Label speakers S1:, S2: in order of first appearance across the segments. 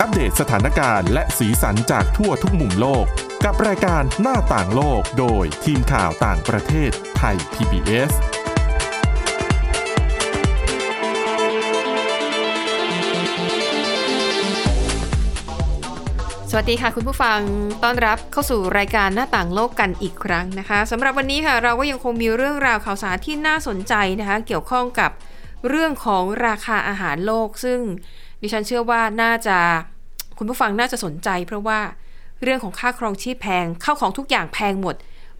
S1: อัปเดตสถานการณ์และสีสันจากทั่วทุกมุมโลก กับรายการหน้าต่างโลกโดยทีมข่าวต่างประเทศไทย PBS
S2: สวัสดีค่ะคุณผู้ฟังต้อนรับเข้าสู่รายการหน้าต่างโลกกันอีกครั้งนะคะสำหรับวันนี้ค่ะเราก็ยังคงมีเรื่องราวข่าวสารที่น่าสนใจนะคะ เกี่ยวข้องกับเรื่องของราคาอาหารโลก ซึ่งดิฉันเชื่อว่าน่าจะคุณผู้ฟังน่าจะสนใจ เพราะว่าเรื่องของค่าครองชีพแพงข้าวของทุกอย่างแพงหมด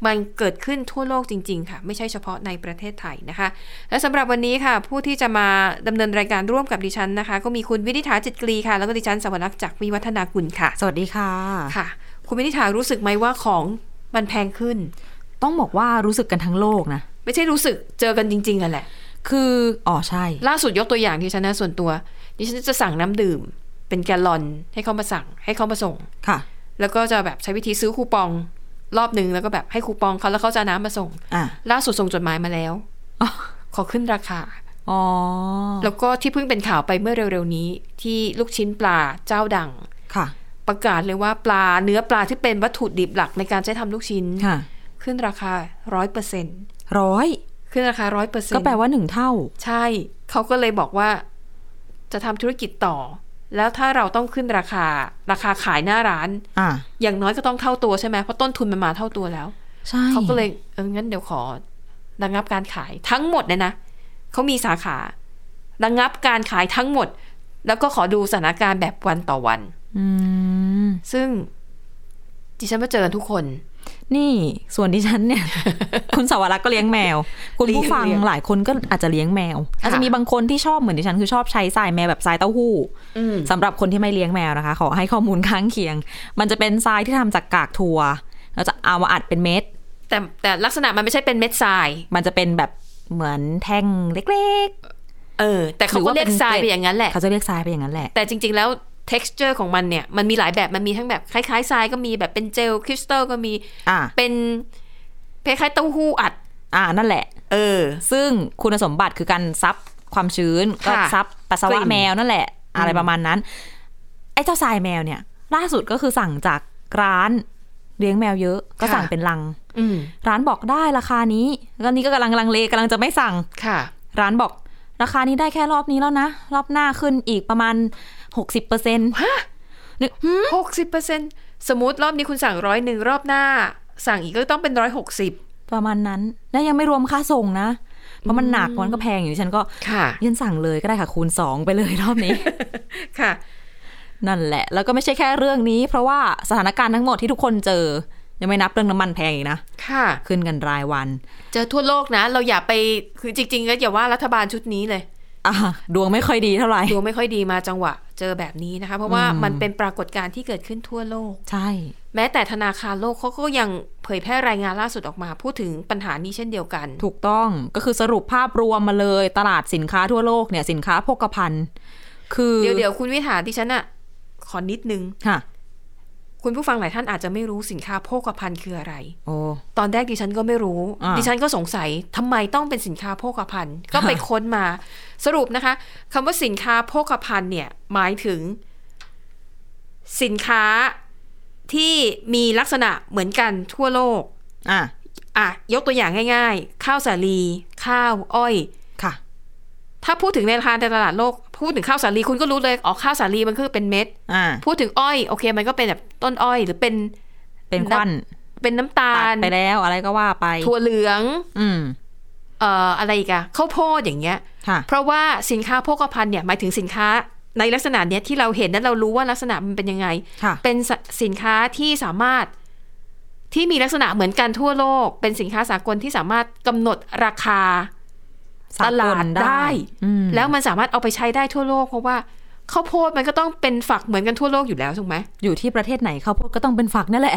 S2: มันเกิดขึ้นทั่วโลกจริง ๆ ค่ะ ไม่ใช่เฉพาะในประเทศไทยนะคะ และสำหรับวันนี้ค่ะ ผู้ที่จะมาดำเนินรายการร่วมกับดิฉันนะคะ ก็มีคุณวินิษฐาจิตกรีค่ะ แล้วก็ดิฉันสวรักษ์จากวิวัฒนากุลค่ะ
S3: สวัสดีค่ะ
S2: ค่ะ คุณวินิษฐารู้สึกไหมว่าของมันแพงขึ้น
S3: ต้องบอกว่ารู้สึกกันทั้งโลกนะ
S2: ไม่ใช่รู้สึกเจอกันจริงๆกันแหละ
S3: คือ อ๋อใช่
S2: ล่าสุดยกตัวอย่างดิฉันนะส่วนตัวดิฉันจะสั่งน้ำดื่ม เป็นแกลลอนให้เขามาสั่ง ให้เขามาส่ง
S3: ค่ะ
S2: แล้วก็จะแบบใช้วิธีซื้อคูปองรอบหนึ่งแล้วก็แบบให้คูปองเขาแล้วเขาจะเอาน้ำมาส่ง
S3: อ่ะ
S2: ล่าสุดส่งจดหมายมาแล้ว ขอขึ้นราคา
S3: อ๋อ
S2: แล้วก็ที่เพิ่งเป็นข่าวไปเมื่อเร็วๆนี้ ที่ลูกชิ้นปลาเจ้าดัง
S3: ค่ะ
S2: ประกาศเลยว่าปลาเนื้อปลาที่เป็นวัตถุดิบหลักในการใช้ทำลูกชิ้น
S3: ค่ะ
S2: ขึ้นราคาร้อยเปอร์เซ็นต์
S3: ร้อย
S2: ขึ้นราคาร้อยเปอร์เซ็นต์
S3: ก็แปลว่าหนึ่งเท่า
S2: ใช่ เขาก็เลยบอกว่าจะทำธุรกิจต่อ แล้วถ้าเราต้องขึ้นราคา ราคาขายหน้าร้าน
S3: อ่ะ
S2: อย่างน้อยก็ต้องเท่าตัวใช่ไหมเพราะต้นทุนมันมาเท่าตัวแล้ว
S3: ใช่
S2: เขาก็เลยเอองั้นเดี๋ยวขอระงับการขายทั้งหมดเนี่ยนะเขามีสาขาระงับการขายทั้งหมด แล้วก็ขอดูสถานการณ์แบบวันต่อวัน
S3: อืม
S2: ซึ่งดิฉันว่าเจอกันทุกคน
S3: นี่ส่วนดิฉัน เนี่ย คุณสาวรักษ์ก็เลี้ยงแมว คุณผู้ฟัง
S2: เลี้ยง
S3: หลายคนก็อาจจะเลี้ยงแมว อาจจะมีบางคนที่ชอบเหมือนดิฉันคือชอบใช้ทรายแมวแบบทรายเต้าหู้
S2: อืม
S3: สำหรับคนที่ไม่เลี้ยงแมวนะคะ ขอให้ข้อมูลค้างเคียง มันจะเป็นทรายที่ทำจากกากถั่วเราจะเอามาอัดเป็นเม็ด
S2: แต่แต่ลักษณะมันไม่ใช่เป็นเม็ดทราย
S3: มันจะเป็นแบบเหมือนแท่งเล็ก
S2: เออ แต่เขา
S3: หรือ
S2: ก็
S3: ว่า
S2: เรียก
S3: เป็น
S2: ทราย
S3: เกล็ด
S2: ไปอย่างนั้นแห
S3: ๆ
S2: ละ
S3: เขาจะเรียกทรายไปอย่างนั้นแหละ
S2: แต่จริง ๆ แล้ว texture ของมันเนี่ย มันมีหลายแบบ มันมีทั้งแบบคล้ายๆทรายก็มีแบบเป็นเจลคริสตัลก็มี
S3: อ่ะ
S2: เป็นคล้ายๆเต้าหู้อัด
S3: อ่านั่นแหละ
S2: เออ
S3: ซึ่งคุณสมบัติคือการซับความชื้น ก็
S2: ค่ะ
S3: ซับปัสสาวะ
S2: กลิ่น
S3: แมวนั่นแหละ อะไรประมาณนั้น ไอ้เจ้าทรายแมวเนี่ย ล่าสุดก็คือสั่งจากร้านเลี้ยงแมวเยอะ ก็สั่งเป็นลัง
S2: อืม
S3: ร้านบอกได้ราคานี้ แล้วนี่ก็กำลังลังเลกำลังจะไม่สั่ง
S2: ค่ะ
S3: ร้านบอก ราคานี้ได้แค่รอบนี้แล้วนะ รอบหน้าขึ้นอีกประมาณหกสิบเปอร์เซ็นต์นึกหืม
S2: หกสิบเปอร์เซ็นสมมติรอบนี้คุณสั่งร้อยหนึ่งรอบหน้า สั่งอีกก็ต้องเป็นร้อยหกสิบ
S3: ประมาณนั้น แล้วยังไม่รวมค่าส่งนะ เพราะมันหนักมันก็แพงอยู่ฉันก็
S2: ค่ะ
S3: ยันสั่งเลยก็ได้ค่ะคูณสองไปเลยรอบนี้
S2: ค่ะ
S3: นั่นแหละ แล้วก็ไม่ใช่แค่เรื่องนี้ เพราะว่าสถานการณ์ทั้งหมดที่ทุกคนเจอ ยังไม่นับเรื่องน้ำมันแพงอีกนะ
S2: ค่ะ
S3: ขึ้นกันรายวัน
S2: เจอทั่วโลกนะ เราอย่าไปคือจริงๆก็อย่าว่ารัฐบาลชุดนี้เลย
S3: อ่ะดวงไม่ค่อยดีเท่าไหร่
S2: ดวงไม่ค่อยดีมาจังหวะ เจอแบบนี้นะคะ เพราะว่ามันเป็นปรากฏการณ์ที่เกิดขึ้นทั่วโลก
S3: ใช่
S2: แม้แต่ธนาคารโลกเขาก็ยังเผยแพร่รายงานล่าสุดออกมา พูดถึงปัญหานี้เช่นเดียวกัน
S3: ถูกต้องก็คือสรุปภาพรวมมาเลยตลาดสินค้าทั่วโลกเนี่ยสินค้าโภคภัณฑ์ คือ
S2: เดี๋ยวเดี๋ยวคุณวิหารดิฉันอะขอนิดนึง
S3: ค่ะ
S2: คุณผู้ฟังหลายท่านอาจจะไม่รู้สินค้าโภคภัณฑ์คืออะไร
S3: โอ้
S2: ตอนแรกดิฉันก็ไม่รู้
S3: อ่า
S2: ดิฉันก็สงสัยทำไมต้องเป็นสินค้าโภคภั ณฑ์ ก็ไปค้นมา สรุปนะคะคำว่าสินค้าโภคภัณฑ์เนี่ย หมายถึง สินค้าที่มีลักษณะเหมือนกันทั่วโลก
S3: อ่ะ
S2: อ่ะยกตัวอย่างง่าย ๆ ข้าวสาลี ข้าวอ้อย
S3: ค่ะ
S2: ถ้าพูดถึงในราคาในตลาดโลก พูดถึงข้าวสาลีคุณก็รู้เลยอ๋อข้าวสาลีมันคือเป็นเม็ด
S3: อ่ะ
S2: พูดถึงอ้อยโอเค มันก็เป็นแบบต้นอ้อยหรือเป็น
S3: เป็นควัน
S2: เป็นน้ำตา
S3: ตั
S2: ล
S3: ดไปแล้วอะไรก็ว่าไป
S2: ถั่วเหลือง
S3: อืม
S2: เอ่ออะไรอีกอะข้าวโพดอย่างเงี้ย
S3: ค่ะ
S2: เพราะว่าสินค้าโภคภัณฑ์เนี่ยหมายถึงสินค้าในลักษณะเนี้ยที่เราเห็นและเรารู้ว่าลักษณะมันเป็นยังไง
S3: ค่ะ
S2: เป็นสสินค้าที่สามารถที่มีลักษณะเหมือนกันทั่วโลก เป็นสินค้าสากลที่สามารถกำหนดราคา
S3: สก
S2: ตลาดได้
S3: อืม
S2: แล้วมันสามารถเอาไปใช้ได้ทั่วโลก เพราะว่าข้าวโพดมันก็ต้องเป็นฝักเหมือนกันทั่วโลกอยู่แล้วถูกไหม
S3: อยู่ที่ประเทศไหนข้าวโพดก็ต้องเป็นฝักนั่นแหละ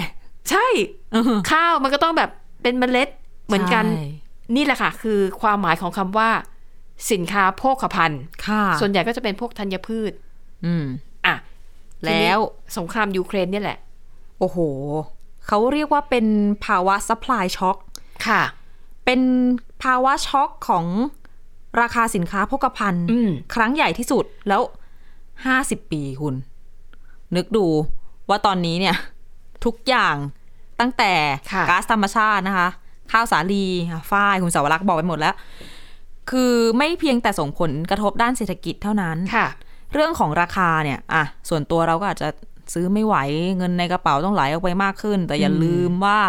S2: ใช่
S3: เออ
S2: ข้าวมันก็ต้องแบบเป็นเมล็ดเหมือนกัน
S3: ใช่
S2: นี่แหละค่ะ คือความหมายของคำว่า สินค้าโภคภัณฑ์
S3: ค่ะ
S2: ส่วนใหญ่ก็จะเป็นพวกธัญพืช
S3: อืม
S2: อ่ะทีนี้
S3: แล้ว
S2: สงครามยูเครนเนี่ยแหละ
S3: โอ้โห เขาเรียกว่าเป็นภาวะ supply shock
S2: ค่ะ
S3: เป็นภาวะช็อกของราคาสินค้าโภคภัณฑ์
S2: อืม
S3: ครั้งใหญ่ที่สุดแล้วห้าสิบปีคุณ นึกดูว่าตอนนี้เนี่ย ทุกอย่างตั้งแต่
S2: ค่ะ
S3: ก๊าซธรรมชาตินะคะ ข้าวสาลีอ่ะฝ้ายคุณสาวรักษ์บอกไปหมดแล้ว คือไม่เพียงแต่ส่งผลกระทบด้านเศรษฐกิจเท่านั้น
S2: ค่ะ
S3: เรื่องของราคาเนี่ย อ่ะ ส่วนตัวเราก็อาจจะซื้อไม่ไหว เงินในกระเป๋าต้องไหลออกไปมากขึ้น แต่อย่า
S2: อืม
S3: ลืมว่า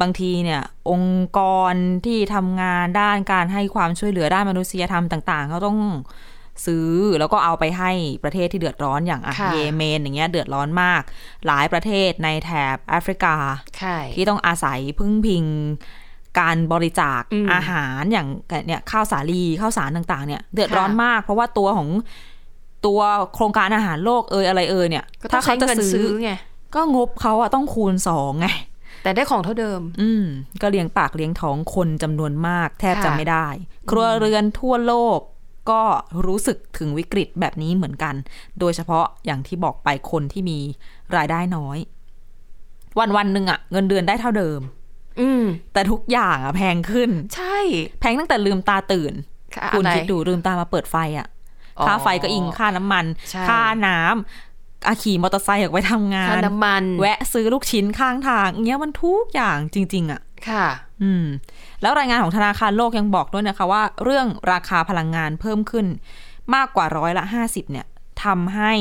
S3: บางทีเนี่ย องค์กรที่ทำงานด้านการให้ความช่วยเหลือด้านมนุษยธรรมต่าง ๆ เขาต้องซื้อแล้วก็เอาไปให้ประเทศที่เดือดร้อนอย่างอ่ะ
S2: ค่ะ
S3: เยเมนอย่างเงี้ยเดือดร้อนมาก หลายประเทศในแถบแอฟริกา
S2: ใช่
S3: ที่ต้องอาศัยพึ่งพิงการบริจาค
S2: อืม
S3: อาหารอย่างเนี่ยข้าวสาลีข้าวสารต่าง ๆ เนี่ย เดือดร้อน
S2: ค่ะ
S3: มาก เพราะว่าตัวของตัวโครงการอาหารโลกเอยอะไรเอยเนี่ย
S2: ก็ต้
S3: ถ้า
S2: องใช้
S3: เขาจะ
S2: เงิน
S3: ซื้
S2: ซื้
S3: อ
S2: อไง
S3: ก็งบเขาอะต้องคูณสองไง
S2: แต่ได้ของเท่าเดิม
S3: อืม ก็เลี้ยงปากเลี้ยงท้องคนจำนวนมาก แทบจะ
S2: ค่ะ
S3: ไม่ได้ ครัวเรือนทั่วโลกก็รู้สึกถึงวิกฤตแบบนี้เหมือนกัน โดยเฉพาะอย่างที่บอกไปคนที่มีรายได้น้อย วันวันๆหนึ่งอะเงินเดือนได้เท่าเดิม
S2: อืม
S3: แต่ทุกอย่างอะแพงขึ้น
S2: ใช่
S3: แพงตั้งแต่ลืมตาตื่น
S2: ะ
S3: คุณ
S2: อะไร
S3: คิดดูลืมตามาเปิดไฟอะ
S2: อ๋อ
S3: ค่าไฟก็อิงค่าน้ำมัน
S2: ใช่
S3: ค่าน้ำอาขี่มอเตอร์ไซค์ออกไปทำงา
S2: ค่าน น้ำมัน
S3: แวะซื้อลูกชิ้นข้างทางเงี้ยมันทุกอย่างจริง ๆอะ
S2: ค่ะ
S3: อืม แล้วรายงานของธนาคารโลกยังบอกด้วยนะคะว่า เรื่องราคาพลังงานเพิ่มขึ้น มากกว่าร้อยละห้าสิบเนี่ยทำให้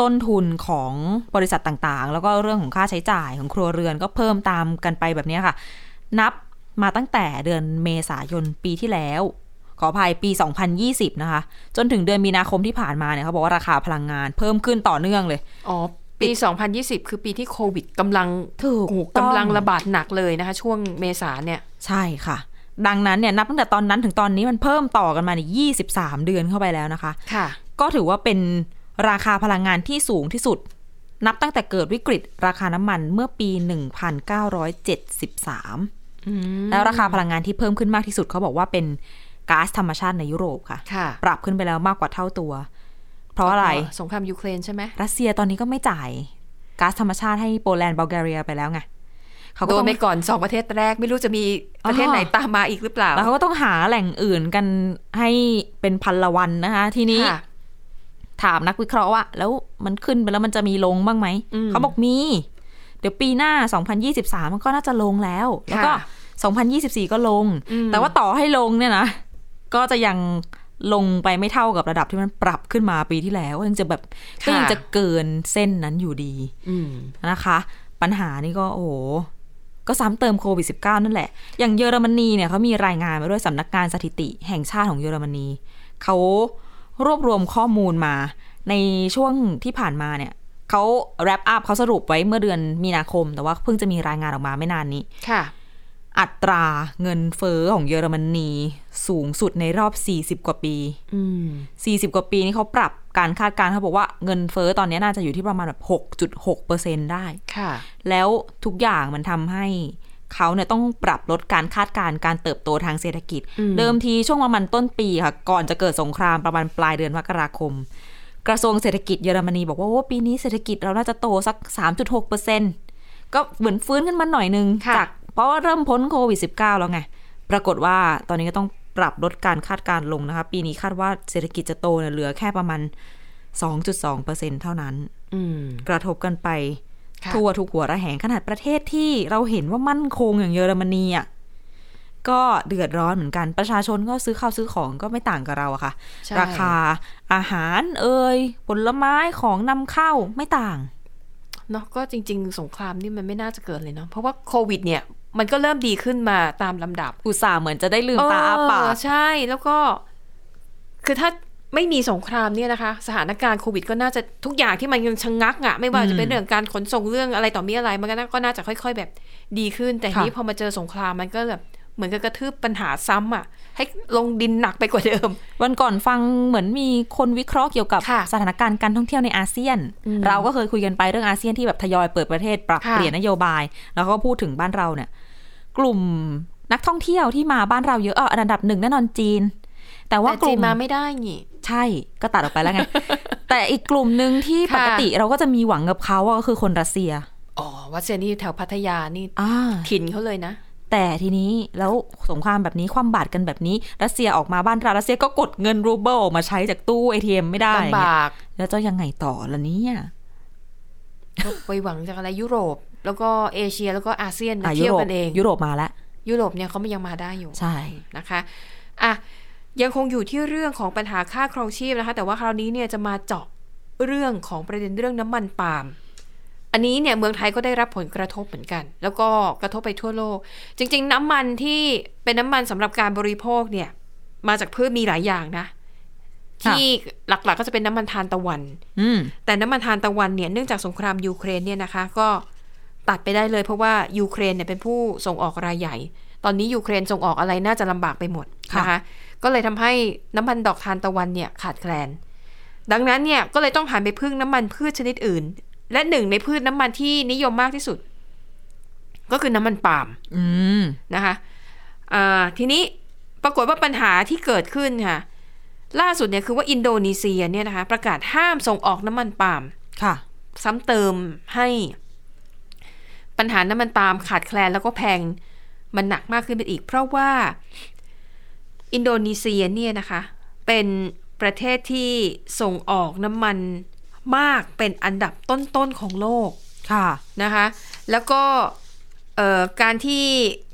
S3: ต้นทุนของบริษัทต่างๆ แล้วก็เรื่องของค่าใช้จ่ายของครัวเรือนก็เพิ่มตามกันไปแบบเนี้ยค่ะ นับมาตั้งแต่เดือนเมษายนปีที่แล้ว ขออภัยปี 2020 นะคะ จนถึงเดือนมีนาคมที่ผ่านมาเนี่ยเขาบอกว่าราคาพลังงาน เพิ่มขึ้นต่อเนื่องเลย
S2: อ๋อ ปี 2020 คือปีที่โควิดกำลัง
S3: ถูก
S2: โอ้โห
S3: ต้อง
S2: กำลังระบาดหนักเลยนะคะ ช่วงเมษาเนี่ย
S3: ใช่ค่ะ ดังนั้นเนี่ยนับตั้งแต่ตอนนั้นถึงตอนนี้มันเพิ่มต่อกันมาในย23 เดือนเข้าไปแล้วนะคะ
S2: ค่ะ
S3: ก็ถือว่าเป็นราคาพลังงานที่สูงที่สุด นับตั้งแต่เกิดวิกฤต ราคาน้ำมันเมื่อปี 1973
S2: อืม
S3: แล้วราคาพลังงานที่เพิ่มขึ้นมากที่สุดเขาบอกว่าเป็นก๊าซธรรมชาติในยุโรปค่ะ
S2: ค่ะ
S3: ปรับขึ้นไปแล้วมากกว่าเท่าตัว เพราะอะไร
S2: สงครามยูเครนใช่ไหม
S3: รัสเซียตอนนี้ก็ไม่จ่ายก๊าซธรรมชาติให้โปแลนด์บัลแกเรียไปแล้วไงเขาก็
S2: โด
S3: ต้
S2: น
S3: อง
S2: ไปก่อนสองประเทศแรกไม่รู้จะมีประเทศ
S3: อ๋อ
S2: ไหนตามมาอีกหรือเปล่า
S3: แล้วเขาก็ต้องหาแหล่งอื่นกันให้เป็นพันละวันนะคะ ทีนี้
S2: ค่ะ
S3: ถามนักวิเคราะห์ว่า แล้วมันขึ้นไปแล้วมันจะมีลงบ้างไหม
S2: อืม
S3: เขาบอกมี เดี๋ยวปีหน้า 2023 มันก็น่าจะลงแล้ว แล้วก็
S2: ค่ะ
S3: 2024 ก็ลง
S2: อืม
S3: แต่ว่าต่อให้ลงเนี่ยนะ ก็จะยังลงไปไม่เท่ากับระดับที่มันปรับขึ้นมาปีที่แล้ว ยังจะแบบก็ยังจะเกินเส้นนั้นอยู่ดี
S2: อืม
S3: นะคะ ปัญหานี่ก็โอ้โห ก็ซ้ำเติมโควิด -19 นั่นแหละ อย่างเยอรมนีเนี่ยเขามีรายงานมาด้วยสำนักงานสถิติแห่งชาติของเยอรมนี เขารวบรวมข้อมูลมาในช่วงที่ผ่านมาเนี่ยเขาแรปอัพเขาสรุปไว้เมื่อเดือนมีนาคม แต่ว่าเพิ่งจะมีรายงานออกมาไม่นานนี้
S2: ค่ะ
S3: อัตราเงินเฟอ้อของเยอรมนีสูงสุดในรอบ 40 กว่าปี
S2: อืม
S3: 40 กว่าปีนี่เขาปรับการคาดการณ์เขาบอกว่าเงินเฟอ้อตอนนี้น่าจะอยู่ที่ประมาณแบบ6.6%ได้
S2: ค่ะ
S3: แล้วทุกอย่างมันทำให้เขาเนี่ยต้องปรับลดการคาดการณ์การเติบโตทางเศรษฐกิจ
S2: อืม
S3: เดิมทีช่วงประมาณต้นปีค่ะ ก่อนจะเกิดสงครามประมาณปลายเดือนมกราคม กระทรวงเศรษฐกิจเยอรมนีบอกว่าโอ้ปีนี้เศรษฐกิจเราน่าจะโตสัก 3.6เปอร์เซ็นก็เหมือนฟื้นขึ้นมาหน่อยนึง
S2: ค่ะ
S3: จากเพราะว่าเริ่มพ้นโควิด -19 แล้วไง ปรากฏว่าตอนนี้ก็ต้องปรับลดการคาดการณ์ลงนะคะ ปีนี้คาดว่าเศรษฐกิจจะโตเนี่ยเหลือแค่ประมาณ 2.2เปอร์เซ็นเท่านั้น
S2: อืม
S3: กระทบกันไป
S2: ค่ะ
S3: ทั่วทุกหัวระแหงขนาดประเทศที่เราเห็นว่ามั่นคงอย่างเยอรมนีอ่ะก็เดือดร้อนเหมือนกันประชาชนก็ซื้อข้าวซื้อของก็ไม่ต่างกับเราอะค่ะ
S2: ใช่
S3: ราคาอาหารเอ่ยผลไม้ของนำเข้าไม่ต่าง
S2: เนาะก็จริง ๆ สงครามนี่มันไม่น่าจะเกิดเลยเนาะเพราะว่าโควิดเนี่ย มันก็เริ่มดีขึ้นมาตามลำดับ
S3: อุตส่าห์เหมือนจะได้ลืมตาอ้าปาก
S2: เออใช่แล้วก็ คือถ้าไม่มีสงครามเนี่ยนะคะ สถานการณ์โควิดก็น่าจะทุกอย่างที่มันยังชะงงักอะไม่ว่าจะเป็นเรื่องการขนส่งเรื่องอะไรต่อมีอะไร มันก็น่าก็น่าจะค่อย ๆ แบบดีขึ้น แต่ทีนี้พอมาเจอสงครามมันก็แบบเหมือนกับกระทืบปัญหาซ้ำอะให้ลงดินหนักไปกว่าเดิม
S3: วันก่อนฟังเหมือนมีคนวิเคราะห์เกี่ยวกับ
S2: ค่ะ
S3: สถานการณ์การท่องเที่ยวในอาเซียน เราก็เคยคุยกันไปเรื่องอาเซียนที่แบบทยอยเปิดประเทศปรับ
S2: ค่ะ
S3: เปลี่ยนนโยบาย แล้วก็พูดถึงบ้านเราเนี่ย กลุ่มนักท่องเที่ยวที่มาบ้านเราเยอะเอออันดับหนึ่งแน่นอนจีน แต่ว่า
S2: แต่
S3: ก
S2: จี
S3: ลุ่
S2: น
S3: ม
S2: มาไม่ได้นี่
S3: ใช่ก็ตัดออกไปแล้วไง แต่อีกกลุ่มหนึ่งที่
S2: ค่ะ
S3: ปกติเราก็จะมีหวังกับเขาอะก็คือคนรัสเซีย
S2: อ๋อวัดเซียนี่แถวพัทยานี่
S3: อ่า
S2: ถิ่นเขาเลยนะ
S3: แต่ทีนี้แล้วสงครามแบบนี้ความบาดกันแบบนี้ รัสเซียออกมาบ้านเรารัสเซียก็กดเงินรูเบิลออกมาใช้จากตู้ ATM ไม่ได้อย่าง
S2: ลำ
S3: เงี้ย
S2: บาก
S3: แล้วจะยังไงต่อล่ะเนี่ย
S2: ก็ไปหวังจากอะไรยุโรป แล้วก็เอเชียแล้วก็อาเซียนนะ
S3: อ่ะยุ
S2: เที่ยว
S3: โรป
S2: กันเอง
S3: ยุโรปมาแล้ว
S2: ยุโรปเนี่ยเขายังมาได้อยู่
S3: ใช่
S2: นะคะอ่ะยังคงอยู่ที่เรื่องของปัญหาค่าครองชีพนะคะ แต่ว่าคราวนี้เนี่ยจะมาเจาะเรื่องของประเด็นเรื่องน้ำมันปาล์ม อันนี้เนี่ยเมืองไทยก็ได้รับผลกระทบเหมือนกัน แล้วก็กระทบไปทั่วโลก จริง ๆ น้ำมันที่เป็นน้ำมันสำหรับการบริโภคเนี่ยมาจากพืชมีหลายอย่างนะ
S3: ค่ะ
S2: ที่หลักๆก็จะเป็นน้ำมันทานตะวัน
S3: อืม
S2: แต่น้ำมันทานตะวันเนี่ยเนื่องจากสงครามยูเครนเนี่ยนะคะก็ตัดไปได้เลยเพราะว่ายูเครนเนี่ยเป็นผู้ส่งออกรายใหญ่ ตอนนี้ยูเครนส่งออกอะไรน่าจะลำบากไปหมด
S3: ค่ะ
S2: นะคะก็เลยทำให้น้ำมันดอกทานตะวันเนี่ยขาดแคลน ดังนั้นเนี่ยก็เลยต้องหันไปพึ่งน้ำมันพืชชนิดอื่น และหนึ่งในพืชน้ำมันที่นิยมมากที่สุด ก็คือน้ำมันปาล์ม
S3: อืม
S2: นะคะเอ่อทีนี้ปรากฏว่าปัญหาที่เกิดขึ้นค่ะ ล่าสุดเนี่ยคือว่าอินโดนีเซียเนี่ยนะคะประกาศห้ามส่งออกน้ำมันปาล์ม
S3: ค่ะ
S2: ซ้ำเติมให้ปัญหาน้ำมันปาล์มขาดแคลนแล้วก็แพงมันหนักมากขึ้นไปอีก เพราะว่าอินโดนีเซียเนี่ยนะคะเป็นประเทศที่ส่งออกน้ำมันมากเป็นอันดับต้นๆของโลก
S3: ค่ะ
S2: นะคะแล้วก็เอ่อการที่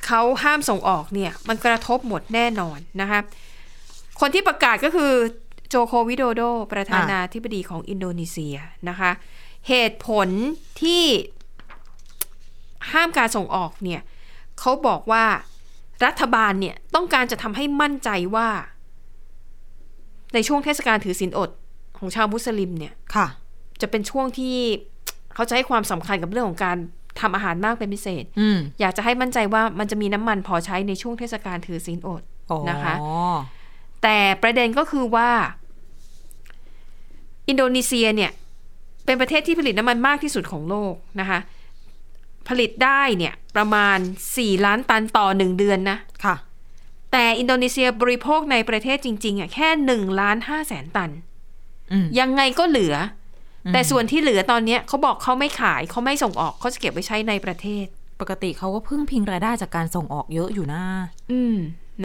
S2: เขาห้ามส่งออกเนี่ยมันกระทบหมดแน่นอนนะคะคนที่ประกาศก็คือโจโควิโดโด ประธานาธิบดีของอินโดนีเซียนะคะเหตุผลที่ห้ามการส่งออกเนี่ยเขาบอกว่ารัฐบาลเนี่ยต้องการจะทำให้มั่นใจว่า ในช่วงเทศกาลถือศีลอดของชาวมุสลิมเนี่ย
S3: ค่ะ
S2: จะเป็นช่วงที่ เขาจะให้ความสำคัญกับเรื่องของการทำอาหารมากเป็นพิเศษ
S3: อืม
S2: อยากจะให้มั่นใจว่ามันจะมีน้ำมันพอใช้ในช่วงเทศกาลถือศีลอด
S3: อ๋อ
S2: นะคะ แต่ประเด็นก็คือว่า อินโดนีเซียเนี่ย เป็นประเทศที่ผลิตน้ำมันมากที่สุดของโลกนะคะ ผลิตได้เนี่ยประมาณ 4 ล้านตันต่อ 1 เดือนนะ
S3: ค่ะ
S2: แต่อินโดนีเซียบริโภคในประเทศจริงๆอ่ะแค่1ล้าน5แสนตัน
S3: อืม
S2: ยังไงก็เหลืออ
S3: ม
S2: แต่ส่วนที่เหลือตอนเนี้ยเขาบอกเขาไม่ขายเขาไม่ส่งออกเขาจะเก็บไว้ใช้ในประเทศ
S3: ปกติเขาก็พึ่งพิงรายได้จากการส่งออกเยอะอยู่นะ
S2: อืม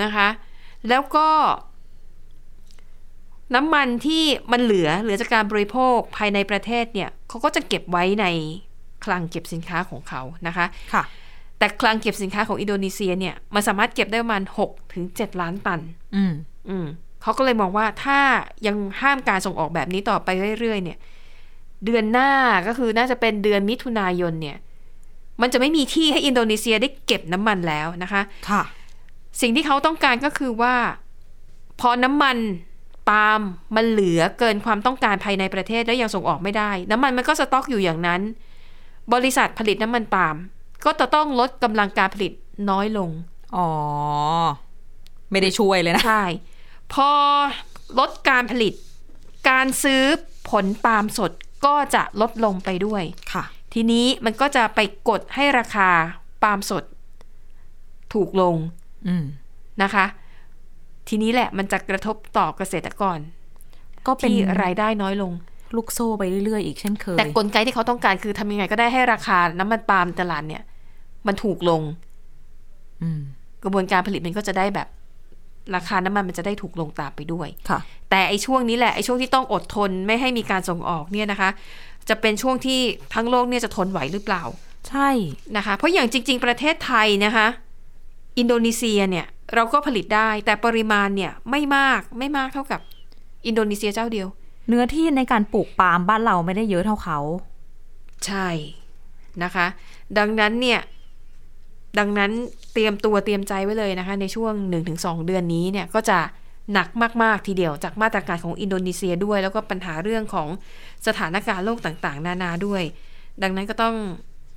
S2: นะคะ แล้วก็ น้ำมันที่มันเหลือเหลือจากการบริโภคภายในประเทศเนี่ยเขาก็จะเก็บไว้ในคลังเก็บสินค้าของเขานะคะ
S3: ค่ะ
S2: แต่คลังเก็บสินค้าของอินโดนีเซียเนี่ยมันสามารถเก็บได้ประมาณ6ถึง7ล้านตัน
S3: อืม
S2: อืมเขาก็เลยมองว่าถ้ายังห้ามการส่งออกแบบนี้ต่อไปเรื่อยๆ เนี่ย เดือนหน้าก็คือน่าจะเป็นเดือนมิถุนายนเนี่ย มันจะไม่มีที่ให้อินโดนีเซียได้เก็บน้ำมันแล้วนะคะ
S3: ค่ะ
S2: สิ่งที่เขาต้องการก็คือว่า พอน้ำมันปาล์มมันเหลือเกินความต้องการภายในประเทศแล้วยังส่งออกไม่ได้ น้ำมันมันก็สต็อกอยู่อย่างนั้น บริษัทผลิตน้ำมันปาล์มก็จะต้องลดกำลังการผลิตน้อยลง
S3: อ๋อ ไม่ได้ช่วยเลยนะ
S2: ใช่ พอลดการผลิต การซื้อผลปาล์มสดก็จะลดลงไปด้วย
S3: ค่ะ
S2: ทีนี้มันก็จะไปกดให้ราคาปาล์มสด ถูกลง
S3: อืม
S2: นะคะ ทีนี้แหละมันจะกระทบต่อเกษตรกร
S3: ก็เป็น
S2: ที่รายได้น้อยลง
S3: ลูกโซ่ไปเรื่อยๆ อีกเช่นเคย
S2: แต่กลไกที่เขาต้องการคือทำยังไงก็ได้ให้ราคาน้ำมันปาล์มตลาดเนี่ย มันถูกลง
S3: อืม
S2: กระบวนการผลิตมันก็จะได้แบบ ราคาน้ำมันมันจะได้ถูกลงตามไปด้วย
S3: ค่ะ
S2: แต่ไอ้ช่วงนี้แหละไอ้ช่วงที่ต้องอดทนไม่ให้มีการส่งออกเนี่ยนะคะ จะเป็นช่วงที่ทั้งโลกเนี่ยจะทนไหวหรือเปล่า
S3: ใช่
S2: นะคะ เพราะอย่างจริง ๆ ประเทศไทยนะคะ อินโดนีเซียเนี่ยเราก็ผลิตได้แต่ปริมาณเนี่ยไม่มากไม่มากเท่ากับอินโดนีเซียเจ้าเดียว
S3: เนื้อที่ในการปลูกปาล์มบ้านเราไม่ได้เยอะเท่าเขา
S2: ใช่นะคะ ดังนั้นเนี่ย ดังนั้นเตรียมตัวเตรียมใจไว้เลยนะคะ ในช่วง 1-2 เดือนนี้เนี่ยก็จะหนักมาก ๆ ทีเดียวจากมาตรการของอินโดนีเซียด้วย แล้วก็ปัญหาเรื่องของสถานการณ์โลกต่างๆ นานาด้วย ดังนั้นก็ต้อง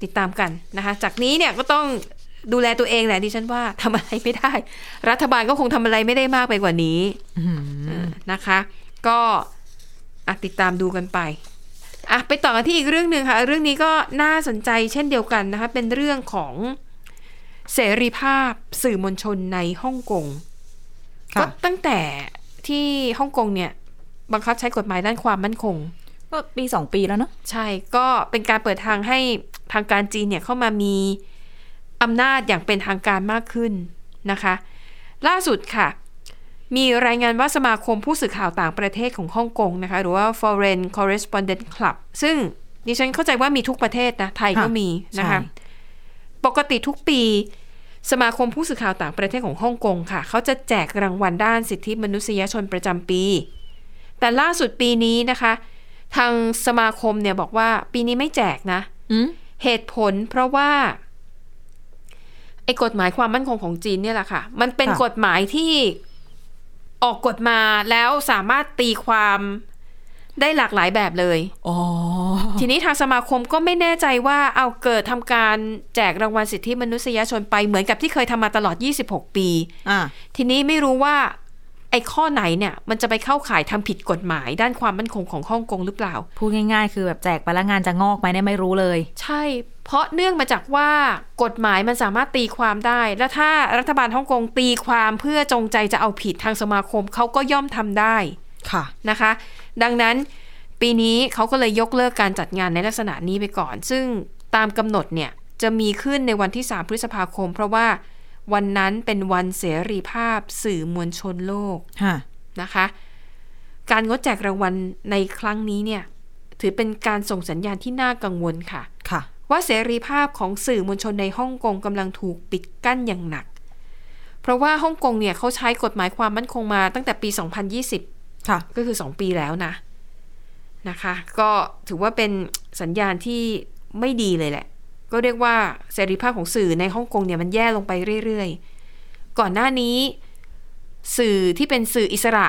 S2: ติดตามกันนะคะ จากนี้เนี่ยก็ต้องดูแลตัวเองแหละดิฉันว่าทำอะไรไม่ได้ รัฐบาลก็คงทำอะไรไม่ได้มากไปกว่านี้
S3: อืม
S2: นะคะ ก็อ่ะติดตามดูกันไปอ่ะไปต่อกันที่อีกเรื่องหนึ่งค่ะ เรื่องนี้ก็น่าสนใจเช่นเดียวกันนะคะ เป็นเรื่องของเสรีภาพสื่อมวลชนในฮ่องกง ก็
S3: ค่ะ
S2: ตั้งแต่ที่ฮ่องกงเนี่ย บังคับใช้กฎหมายด้านความมั่นคง
S3: ก็ปีสองปีแล้วเนอะ
S2: ใช่ ก็เป็นการเปิดทางให้ทางการจีนเนี่ยเข้ามามีอำนาจอย่างเป็นทางการมากขึ้นนะคะ ล่าสุดค่ะ มีรายงานว่าสมาคมผู้สื่อข่าวต่างประเทศของฮ่องกงนะคะ หรือว่า Foreign Correspondent Club ซึ่ง ดิฉันเข้าใจว่ามีทุกประเทศนะ ไทยก็
S3: ค่ะ
S2: มีนะ
S3: ใช่
S2: คะ ปกติทุกปี สมาคมผู้สื่อข่าวต่างประเทศของฮ่องกงค่ะ เขาจะแจกรางวัลด้านสิทธิมนุษยชนประจำปี แต่ล่าสุดปีนี้นะคะ ทางสมาคมเนี่ยบอกว่าปีนี้ไม่แจกนะ
S3: อืม
S2: เหตุผลเพราะว่าไอ้กฎหมายความมั่นคงของจีนเนี่ยแหละค่ะ มันเป็นกฎหมายที่ออกกฎมาแล้วสามารถตีความได้หลากหลายแบบเลย
S3: อ๋อ
S2: ทีนี้ทางสมาคมก็ไม่แน่ใจว่าเอาเกิดทำการแจกรางวัลสิทธิมนุษยชนไปเหมือนกับที่เคยทำมาตลอด 26 ปี
S3: อ่ะ
S2: ทีนี้ไม่รู้ว่าไอ้ข้อไหนเนี่ย มันจะไปเข้าข่ายทำผิดกฎหมาย ด้านความมั่นคงของฮ่องกงหรือเปล่า
S3: พูดง่ายๆ คือแบบแจกไปแล้วงานจะงอกไหมเนี่ยไม่รู้เลย
S2: ใช่ เพราะเนื่องมาจากว่ากฎหมายมันสามารถตีความได้ และถ้ารัฐบาลฮ่องกงตีความเพื่อจงใจจะเอาผิดทางสมาคมเขาก็ย่อมทำได้
S3: ค่ะ
S2: นะคะ ดังนั้นปีนี้เขาก็เลยยกเลิกการจัดงานในลักษณะนี้ไปก่อน ซึ่งตามกำหนดเนี่ยจะมีขึ้นในวันที่ 3 พฤษภาคม เพราะว่าวันนั้นเป็นวันเสรีภาพสื่อมวลชนโลก
S3: ฮะ
S2: นะคะ การงดแจกรางวัลในครั้งนี้เนี่ย ถือเป็นการส่งสัญญาณที่น่ากังวลค่ะ
S3: ค่ะ
S2: ว่าเสรีภาพของสื่อมวลชนในฮ่องกงกำลังถูกปิดกั้นอย่างหนัก เพราะว่าฮ่องกงเนี่ยเขาใช้กฎหมายความมั่นคงมาตั้งแต่ปี 2020
S3: ค่ะ
S2: ก็คือ 2 ปีแล้วนะนะคะ ก็ถือว่าเป็นสัญญาณที่ไม่ดีเลยแหละ ก็เรียกว่าเสรีภาพของสื่อในฮ่องกงเนี่ยมันแย่ลงไปเรื่อยๆ ก่อนหน้านี้ สื่อที่เป็นสื่ออิสระ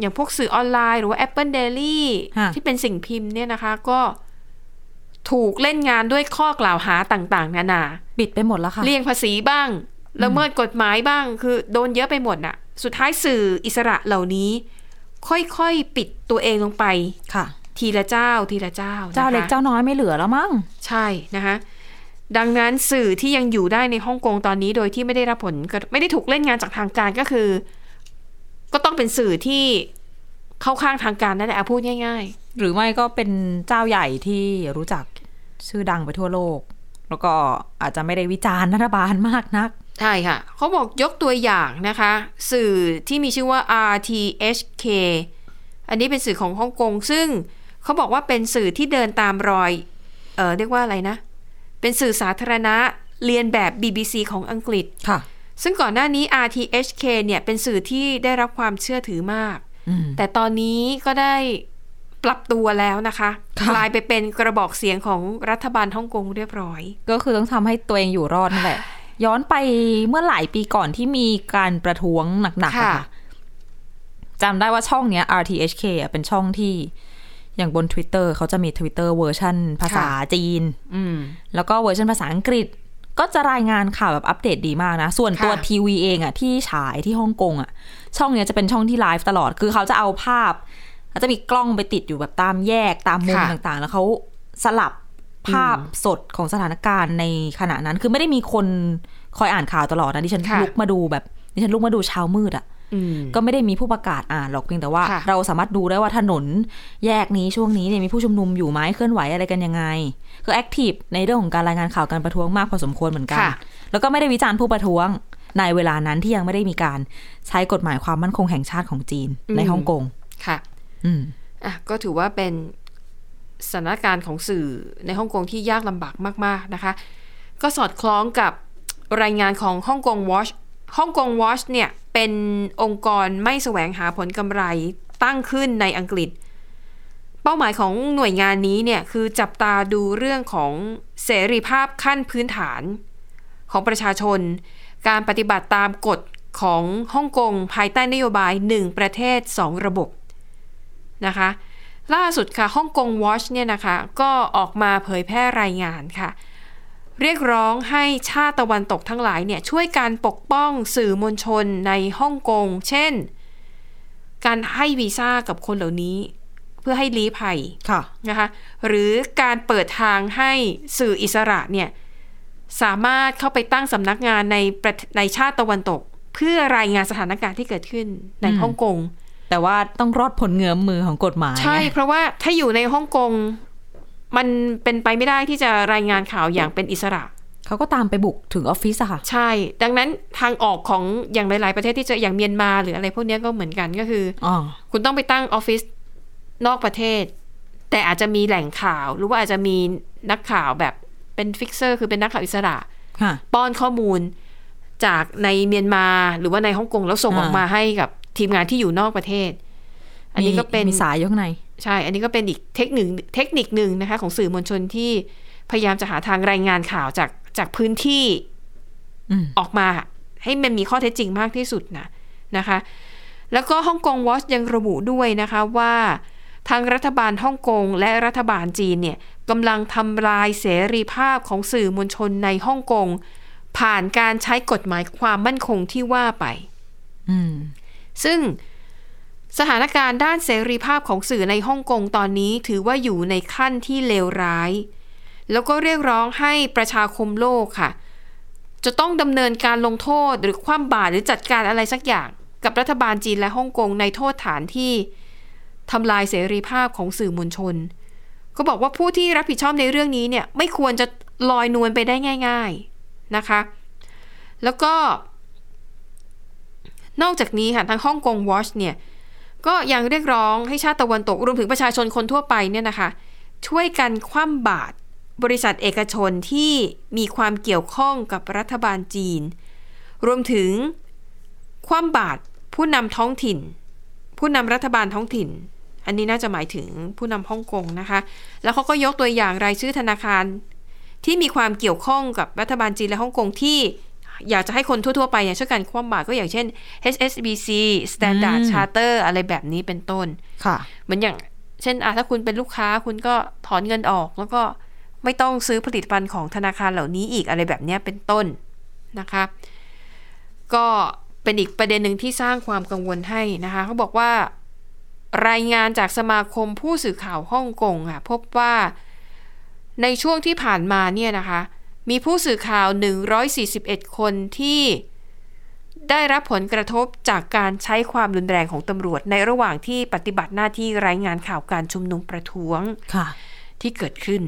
S2: อย่างพวกสื่อออนไลน์หรือว่า Apple Daily
S3: ฮะ
S2: ที่เป็นสิ่งพิมพ์เนี่ยนะคะก็ถูกเล่นงานด้วยข้อกล่าวหาต่างๆ นานา
S3: ปิดไปหมดแล้วค่ะ
S2: เลี่ยงภาษีบ้าง ละเมิดกฎหมายบ้าง คือโดนเยอะไปหมดน่ะ สุดท้ายสื่ออิสระเหล่านี้ ค่อยๆ ปิดตัวเองลงไป
S3: ค่ะ
S2: ทีละเจ้า ทีละเจ้านะคะ
S3: เจ้าเล็กเจ้าน้อยไม่เหลือแล้วมั้ง
S2: ใช่นะคะดังนั้นสื่อที่ยังอยู่ได้ในฮ่องกงตอนนี้โดยที่ไม่ได้รับผลกระไม่ได้ถูกเล่นงานจากทางการก็คือ ก็ต้องเป็นสื่อที่เข้าข้างทางการนั่นแหละอ่ะพูดง่าย
S3: หรือไม่ก็เป็นเจ้าใหญ่ที่รู้จักชื่อดังไปทั่วโลก แล้วก็อาจจะไม่ได้วิจารณ์รัฐบาลมากนัก
S2: ๆ ใช่ค่ะเขาบอกยกตัวอย่างนะคะ สื่อที่มีชื่อว่า RTHK อันนี้เป็นสื่อของฮ่องกงซึ่งเขาบอกว่าเป็นสื่อที่เดินตามรอยเออเรียกว่าอะไรนะ เป็นสื่อสาธารณะเรียนแบบ BBC ของอังกฤษ
S3: ค่ะ
S2: ซึ่งก่อนหน้านี้ RTHK เนี่ยเป็นสื่อที่ได้รับความเชื่อถือมาก
S3: อืม
S2: แต่ตอนนี้ก็ได้ปรับตัวแล้วนะคะ
S3: ค่ะ
S2: กลายไปเป็นกระบอกเสียงของรัฐบาลฮ่องกงเรียบร้อย
S3: ก็คือต้องทำให้ตัวเองอยู่รอดนั่นแหละ ย้อนไปเมื่อหลายปีก่อนที่มีการประท้วงหนักๆอะ
S2: ค่ะ
S3: ค่ะจำได้ว่าช่องเนี้ย RTHK อะเป็นช่องที่ อย่างบน Twitter เขาจะมี Twitter เวอร์ชันภาษาจีน
S2: อืม
S3: แล้วก็เวอร์ชันภาษาอังกฤษ ก็จะรายงานข่าวแบบอัปเดตดีมากนะ ส่วนตัว
S2: ค่ะ
S3: ทีวีเองอะที่ฉายที่ฮ่องกงอะช่องเนี้ยจะเป็นช่องที่ไลฟ์ตลอด คือเขาจะเอาภาพเขาจะมีกล้องไปติดอยู่แบบตามแยกตามมุม
S2: ค่ะ
S3: ต่างๆ แล้วเขาสลับภาพสดของสถานการณ์ในขณะนั้น คือไม่ได้มีคนคอยอ่านข่าวตลอดนะดิฉัน
S2: ค่ะ
S3: ลุกมาดูแบบดิฉันลุกมาดูเช้ามืดอะ
S2: อืม
S3: ก็ไม่ได้มีผู้ประกาศอ่านหรอกเพียงแต่ว่า
S2: ค่ะ
S3: เราสามารถดูได้ว่าถนนแยกนี้ช่วงนี้เนี่ยมีผู้ชุมนุมอยู่ไหมเคลื่อนไหวอะไรกันยังไงคือแอคทีฟในเรื่องของการรายงานข่าวการประท้วงมากพอสมควรเหมือนกัน
S2: ค่ะ
S3: แล้วก็ไม่ได้วิจารณ์ผู้ประท้วงในเวลานั้นที่ยังไม่ได้มีการใช้กฎหมายความมั่นคงแห่งชาติของจีน
S2: อืม
S3: ในฮ่องกง
S2: ค่ะ
S3: อืม
S2: อ่ะก็ถือว่าเป็นสถานการณ์ของสื่อในฮ่องกงที่ยากลำบากมาก ๆ นะคะ ก็สอดคล้องกับรายงานของฮ่องกงวอชฮ่องกงวอชเนี่ยเป็นองค์กรไม่แสวงหาผลกำไรตั้งขึ้นในอังกฤษ เป้าหมายของหน่วยงานนี้เนี่ยคือจับตาดูเรื่องของเสรีภาพขั้นพื้นฐานของประชาชน การปฏิบัติตามกฎของฮ่องกงภายใต้นโยบาย 1 ประเทศ 2 ระบบ นะคะ ล่าสุดค่ะฮ่องกงวอชเนี่ยนะคะ ก็ออกมาเผยแพร่รายงานค่ะ เรียกร้องให้ชาติตะวันตกทั้งหลายเนี่ยช่วยการปกป้องสื่อมวลชนในฮ่องกง เช่น การให้วีซ่ากับคนเหล่านี้ เพื่อให้ลี้ภัย
S3: ค่ะ
S2: นะคะหรือการเปิดทางให้สื่ออิสระเนี่ยสามารถเข้าไปตั้งสำนักงานในประเทศในชาติตะวันตก เพื่อรายงานสถานการณ์ที่เกิดขึ้นใน
S3: อืม
S2: ฮ่องกง
S3: แต่ว่าต้องรอดผลเงื้อมมือของกฎหมาย
S2: ใช่
S3: ไง
S2: เพราะว่าถ้าอยู่ในฮ่องกง มันเป็นไปไม่ได้ที่จะรายงานข่าวอย่างเป็นอิสระ
S3: เขาก็ตามไปบุกถึงออฟฟิศอะค่ะ
S2: ใช่ ดังนั้นทางออกของอย่างหลาย ๆ ประเทศที่เจะอย่างเมียนมาหรืออะไรพวกเนี้ยก็เหมือนกันก็คือ
S3: อ๋อ
S2: คุณต้องไปตั้งออฟฟิศนอกประเทศ แต่อาจจะมีแหล่งข่าว หรือว่าอาจจะมีนักข่าวแบบเป็นฟิกเซอร์ คือเป็นนักข่าวอิสระ
S3: ค่ะ
S2: ป้อนข้อมูลจากในเมียนมาหรือว่าในฮ่องกงแล้วส่ง
S3: อ่า
S2: ออกมาให้กับทีมงานที่อยู่นอกประเทศ อันนี้ก็เป็น
S3: มีสายอยข้างใน
S2: ใช่ อันนี้ก็เป็นอีกเทคนิคเทคนิคหนึ่งนะคะ ของสื่อมวลชนที่พยายามจะหาทางรายงานข่าวจากจากพื้นที่
S3: อืม
S2: ออกมา ให้มันมีข้อเท็จจริงมากที่สุดนะนะคะ แล้วก็ฮ่องกงวอชยังระบุด้วยนะคะว่า ทางรัฐบาลฮ่องกงและรัฐบาลจีนเนี่ยกำลังทำลายเสรีภาพของสื่อมวลชนในฮ่องกงผ่านการใช้กฎหมายความมั่นคงที่ว่าไป
S3: อืม
S2: ซึ่งสถานการณ์ด้านเสรีภาพของสื่อในฮ่องกงตอนนี้ถือว่าอยู่ในขั้นที่เลวร้าย แล้วก็เรียกร้องให้ประชาคมโลกค่ะ จะต้องดำเนินการลงโทษหรือคว่ำบาตรหรือจัดการอะไรสักอย่าง กับรัฐบาลจีนและฮ่องกงในโทษฐานที่ทำลายเสรีภาพของสื่อมวลชน ก็บอกว่าผู้ที่รับผิดชอบในเรื่องนี้เนี่ยไม่ควรจะลอยนวลไปได้ง่าย ๆนะคะ แล้วก็ นอกจากนี้ค่ะทางฮ่องกงวอชเนี่ยก็ยังเรียกร้องให้ชาติตะวันตกรวมถึงประชาชนคนทั่วไปเนี่ยนะคะ ช่วยกันคว่ำบาตรบริษัทเอกชนที่มีความเกี่ยวข้องกับรัฐบาลจีน รวมถึงคว่ำบาตรผู้นำท้องถิ่น ผู้นำรัฐบาลท้องถิ่น อันนี้น่าจะหมายถึงผู้นำฮ่องกงนะคะ แล้วเขาก็ยกตัวอย่างรายชื่อธนาคาร ที่มีความเกี่ยวข้องกับรัฐบาลจีนและฮ่องกงที่อยากจะให้คนทั่ว ๆ ไปเนี่ยช่วยกันคว่ำบาตรก็อย่างเช่น HSBC Standard
S3: อืม
S2: Charter อะไรแบบนี้เป็นต้น
S3: ค่ะ
S2: เหมือนอย่าง เช่นอ่ะถ้าคุณเป็นลูกค้าคุณก็ถอนเงินออก แล้วก็ไม่ต้องซื้อผลิตภัณฑ์ของธนาคารเหล่านี้อีกอะไรแบบเนี้ยเป็นต้นนะคะ ก็เป็นอีกประเด็นหนึ่งที่สร้างความกังวลให้นะคะเขาบอกว่า รายงานจากสมาคมผู้สื่อข่าวฮ่องกงค่ะพบว่าในช่วงที่ผ่านมาเนี่ยนะคะ มีผู้สื่อข่าว 141 คนที่ได้รับผลกระทบจากการใช้ความรุนแรงของตำรวจ ในระหว่างที่ปฏิบัติหน้าที่รายงานข่าวการชุมนุมประท้วง
S3: ค่ะ
S2: ที่เกิดขึ้น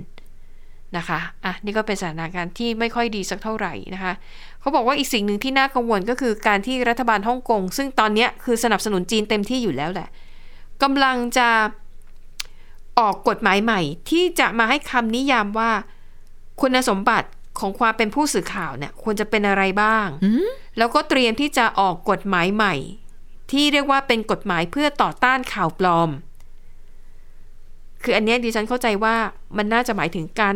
S2: นะคะ อ่ะ นี่ก็เป็นสถานการณ์ที่ไม่ค่อยดีสักเท่าไหร่นะคะ เขาบอกว่าอีกสิ่งหนึ่งที่น่ากังวลก็คือการที่รัฐบาลฮ่องกง ซึ่งตอนเนี้ยคือสนับสนุนจีนเต็มที่อยู่แล้วแหละกำลังจะออกกฎหมายใหม่ ที่จะมาให้คำนิยามว่า คุณสมบัติของความเป็นผู้สื่อข่าวเนี่ยควรจะเป็นอะไรบ้าง
S3: อืม
S2: แล้วก็เตรียมที่จะออกกฎหมายใหม่ ที่เรียกว่าเป็นกฎหมายเพื่อต่อต้านข่าวปลอม คืออันเนี้ยดิฉันเข้าใจว่ามันน่าจะหมายถึงการ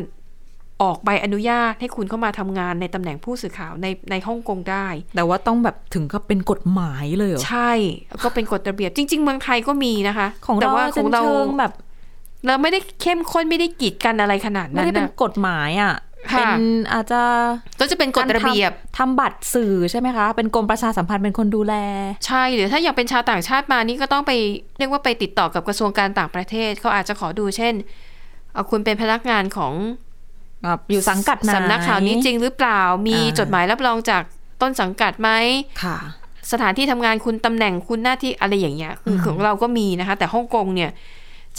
S2: ออกใบอนุญาตให้คุณเข้ามาทำงานในตำแหน่งผู้สื่อข่าวในในฮ่องกงได้
S3: แต่ว่าต้องแบบถึงกับเป็นกฎหมายเลยเหรอ
S2: ใช่แล้วก็เป็นกฎระเบียบจริง ๆ เมืองไทยก็มีนะคะ
S3: ของ
S2: แต่
S3: เรา
S2: ว่า
S3: จะ
S2: ของเรา
S3: เชิงแบบ
S2: เราไม่ได้เข้มข้นไม่ได้กีดกันอะไรขนาด
S3: ไม่
S2: นั้น
S3: ได้เป็น
S2: นะ
S3: กฎหมายอ่ะ
S2: ค่ะ
S3: เป็นอาจจะ
S2: ก็จะเป็นกฎระเบียบ
S3: ทำบัตรสื่อใช่ไหมคะ เป็นกรมประชาสัมพันธ์เป็นคนดูแล
S2: ใช่หรือถ้าอยากเป็นชาวต่างชาติมานี่ก็ต้องไปเรียกว่าไปติดต่อกับกระทรวงการต่างประเทศเขาอาจจะขอดูเช่นเอ่อคุณเป็นพนักงานของ
S3: แบบอยู่สังกัดไหน
S2: สำนักข่าวนี้จริงหรือเปล่า มี
S3: อ่า
S2: จดหมายรับรองจากต้นสังกัดไหม
S3: ค่ะ
S2: สถานที่ทำงานคุณตำแหน่งคุณหน้าที่อะไรอย่างเงี้ยคือของเราก็มีนะคะ แต่ฮ่องกงเนี่ย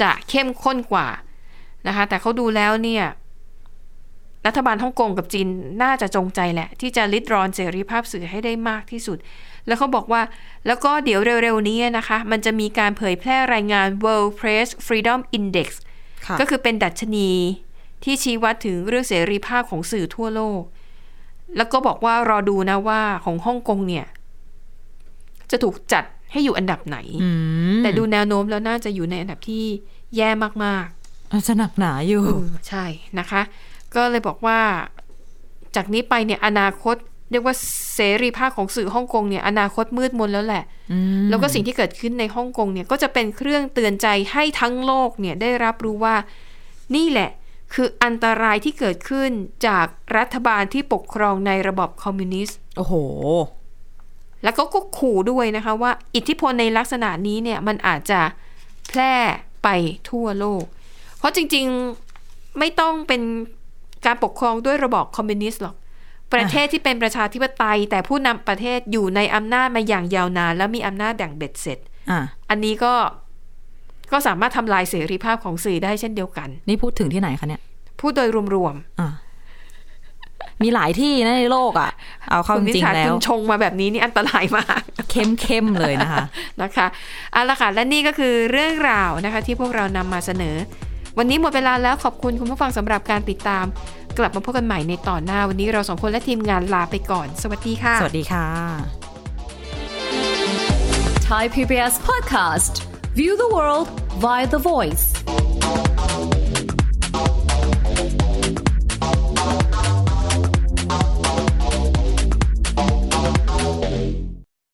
S2: จะเข้มข้นกว่านะคะ แต่เขาดูแล้วเนี่ย รัฐบาลฮ่องกงกับจีนน่าจะจงใจแหละ ที่จะลิดรอนเสรีภาพสื่อให้ได้มากที่สุด แล้วเขาบอกว่า แล้วก็เดี๋ยวเร็วๆนี้นะคะ มันจะมีการเผยแพร่รายงาน World Press Freedom Index
S3: ค่ะ
S2: ก็คือเป็นดัชนีที่ชี้วัดถึงเรื่องเสรีภาพของสื่อทั่วโลก แล้วก็บอกว่ารอดูนะว่าของฮ่องกงเนี่ย จะถูกจัดให้อยู่อันดับไหน
S3: อืม
S2: แต่ดูแนวโน้มแล้วน่าจะอยู่ในอันดับที่แย่มาก
S3: อาจจะหนักหนาอยู่
S2: ๆ ใช่นะคะ ก็เลยบอกว่าจากนี้ไปเนี่ยอนาคต เรียกว่าเสรีภาพของสื่อฮ่องกงเนี่ยอนาคตมืดมนแล้วแหละ
S3: อืม
S2: แล้วก็สิ่งที่เกิดขึ้นในฮ่องกงเนี่ยก็จะเป็นเครื่องเตือนใจให้ทั้งโลกเนี่ยได้รับรู้ว่านี่แหละคืออันตรายที่เกิดขึ้นจากรัฐบาลที่ปกครองในระบอบคอมมิวนิสต์
S3: โอ้โห
S2: แล้วก็ก็ขู่ด้วยนะคะว่าอิทธิพลในลักษณะนี้เนี่ยมันอาจจะแพร่ไปทั่วโลก เพราะจริงๆไม่ต้องเป็นการปกครองด้วยระบอบคอมมิวนิสต์หรอก ประเทศที่เป็นประชาธิปไตย แต่ผู้นำประเทศอยู่ในอำนาจมาอย่างยาวนาน และมีอำนาจอย่างเบ็ดเสร็จ
S3: อ่ะ
S2: อันนี้ก็ก็สามารถทำลายเสรีภาพของสื่อได้เช่นเดียวกัน
S3: นี่พูดถึงที่ไหนคะเนี่ย
S2: พูดโดยรวม
S3: อ่ะ มีหลายที่นะในโลกอ่ะ เอา
S2: ๆ
S3: เข้าจ
S2: วิ
S3: ริง
S2: สา
S3: ๆแล้
S2: คุ
S3: ว
S2: ณชงมาแบบนี้นี่อันตรายมาก
S3: เข้มเข้มๆเลยนะคะ
S2: นะคะเอาละค่ะและนี่ก็คือเรื่องราวนะคะที่พวกเรานำมาเสนอ วันนี้หมดเวลาแล้วขอบคุณคุณผู้ฟังสำหรับการติดตาม กลับมาพบกันใหม่ในตอนหน้า วันนี้เราสองคนและทีมงานลาไปก่อน สวัสดีค่ะ
S3: สวัสดีค่ะ
S4: Thai PBS podcast. View the world via the voice.